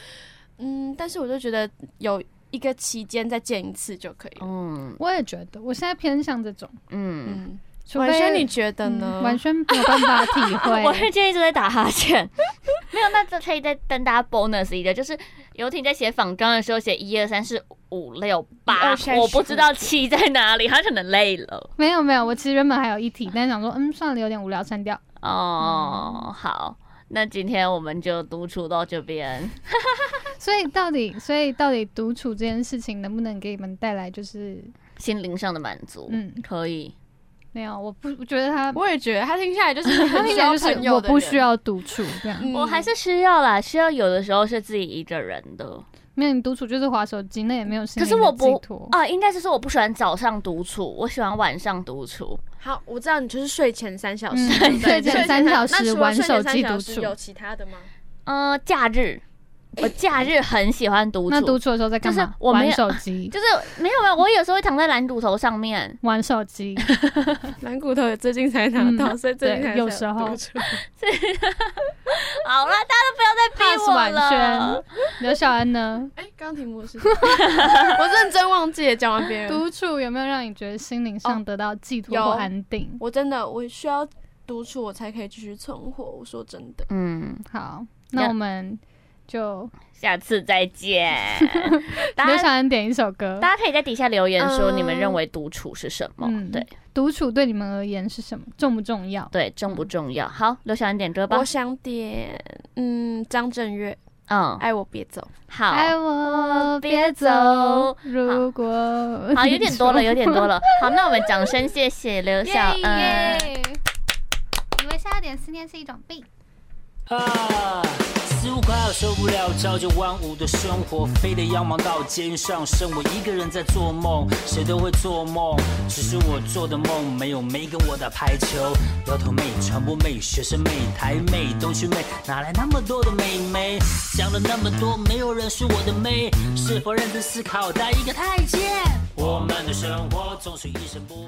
Speaker 4: 嗯，但是我就觉得有一个期间再见一次就可以了。
Speaker 1: 嗯
Speaker 2: 我也觉得，我现在偏向这种，
Speaker 1: 嗯，
Speaker 4: 嗯，
Speaker 2: 除
Speaker 4: 婉轩，
Speaker 2: 非
Speaker 4: 你觉得呢？
Speaker 2: 嗯完全没有办法体
Speaker 1: 我
Speaker 2: 会
Speaker 1: 是。今天一直在打哈欠， 没有，那这可以再跟大家 bonus 一个，就是游艇在写仿妆的时候写一二三四五六八
Speaker 4: 1 2 3 4 5 6
Speaker 1: 我不知道七在哪里，他可能累了。
Speaker 2: 没有没有，我其实原本还有一题，但是想说，嗯，算了，有点无聊，删掉。
Speaker 1: 哦，好，那今天我们就独处到这边。
Speaker 2: 所以到底，所以到底独处这件事情能不能给你们带来就是，
Speaker 1: 心灵上的满足，
Speaker 2: 嗯，
Speaker 1: 可以，
Speaker 2: 没有，我不，我觉得他，
Speaker 4: 我也觉得他听下 来就是
Speaker 2: 他
Speaker 4: 很
Speaker 2: 听
Speaker 4: 需
Speaker 2: 起来
Speaker 4: 要
Speaker 2: 就是
Speaker 4: 朋友
Speaker 2: 我
Speaker 4: 的
Speaker 2: 不
Speaker 4: 人
Speaker 2: 需，要独处这样。
Speaker 4: 嗯
Speaker 1: 我还是需要啦，需要有的时候是自己一个人的
Speaker 2: 没有，你独处就是划手机，那也没有心
Speaker 1: 可是
Speaker 2: 灵的
Speaker 1: 我不
Speaker 2: 寄托
Speaker 1: 啊，应该是说我不喜欢早上独处，我喜欢晚上独处。
Speaker 4: 好，我知道你就是睡前三小时，
Speaker 2: 嗯
Speaker 4: 对不
Speaker 2: 睡
Speaker 4: 对
Speaker 2: 前三小时
Speaker 4: 那除了
Speaker 2: 玩
Speaker 4: 睡前
Speaker 2: 手机
Speaker 4: 三小
Speaker 2: 独
Speaker 4: 时
Speaker 2: 处
Speaker 4: 有其他的吗？
Speaker 1: 嗯、假日，我假日很喜欢独
Speaker 2: 那
Speaker 1: 处，
Speaker 2: 独处的时候在干嘛？
Speaker 1: 就是我没
Speaker 2: 玩
Speaker 1: 有
Speaker 2: 手 机，
Speaker 1: 就是没有没有，我有时候会躺在蓝骨头上面，
Speaker 2: 玩手机。
Speaker 4: 蓝骨头也最近才拿到，
Speaker 2: 嗯
Speaker 4: 所以最近
Speaker 2: 对
Speaker 4: 才
Speaker 2: 有时候
Speaker 4: 独处
Speaker 1: 好啦，大家都
Speaker 2: pass
Speaker 1: 不要再
Speaker 2: 婉
Speaker 1: 逼我
Speaker 2: 轩
Speaker 1: 了。，
Speaker 2: 刘小安呢？
Speaker 4: 哎，刚刚题目是什么， 我认真忘记了讲完别人。
Speaker 2: 独处有没有让你觉得心灵
Speaker 1: 哦
Speaker 2: 上得到寄托
Speaker 4: 有
Speaker 2: 或安定？
Speaker 4: 我真的我需要独处，我才可以继续存活。我说真的，
Speaker 1: 嗯，
Speaker 2: 好，那我们就
Speaker 1: 下次再 见。大
Speaker 2: 刘小
Speaker 1: 家
Speaker 2: 安点一首歌。
Speaker 1: 大家可以在底下留言说
Speaker 4: 嗯
Speaker 1: 你们认为独处是什么？
Speaker 2: 嗯
Speaker 1: 对
Speaker 2: 独处对你们而言是什么？重不重要？
Speaker 1: 对，重不重要？好，刘小安点歌吧
Speaker 4: 我。想点嗯张震岳，
Speaker 1: 嗯，
Speaker 4: 爱我别走。
Speaker 1: 好。
Speaker 2: 爱我别走，如果
Speaker 1: 好，有点多了，有点 多 了。好，那我们掌声谢谢刘
Speaker 2: 你
Speaker 1: 小嗯
Speaker 2: 说。
Speaker 1: 恩。
Speaker 2: 耶以为下点思念是一种病。
Speaker 5: 二啊似乎快要受不了朝九晚五的生活，非得要忙到肩上身。我一个人在做梦，谁都会做梦，只是我做的梦没有妹跟我打排球。摇头妹、传播妹、学生妹、台妹、东区妹，哪来那么多的妹妹？想了那么多，没有人是我的妹。是否认真思考，当一个太监？我们的生活总是一成不。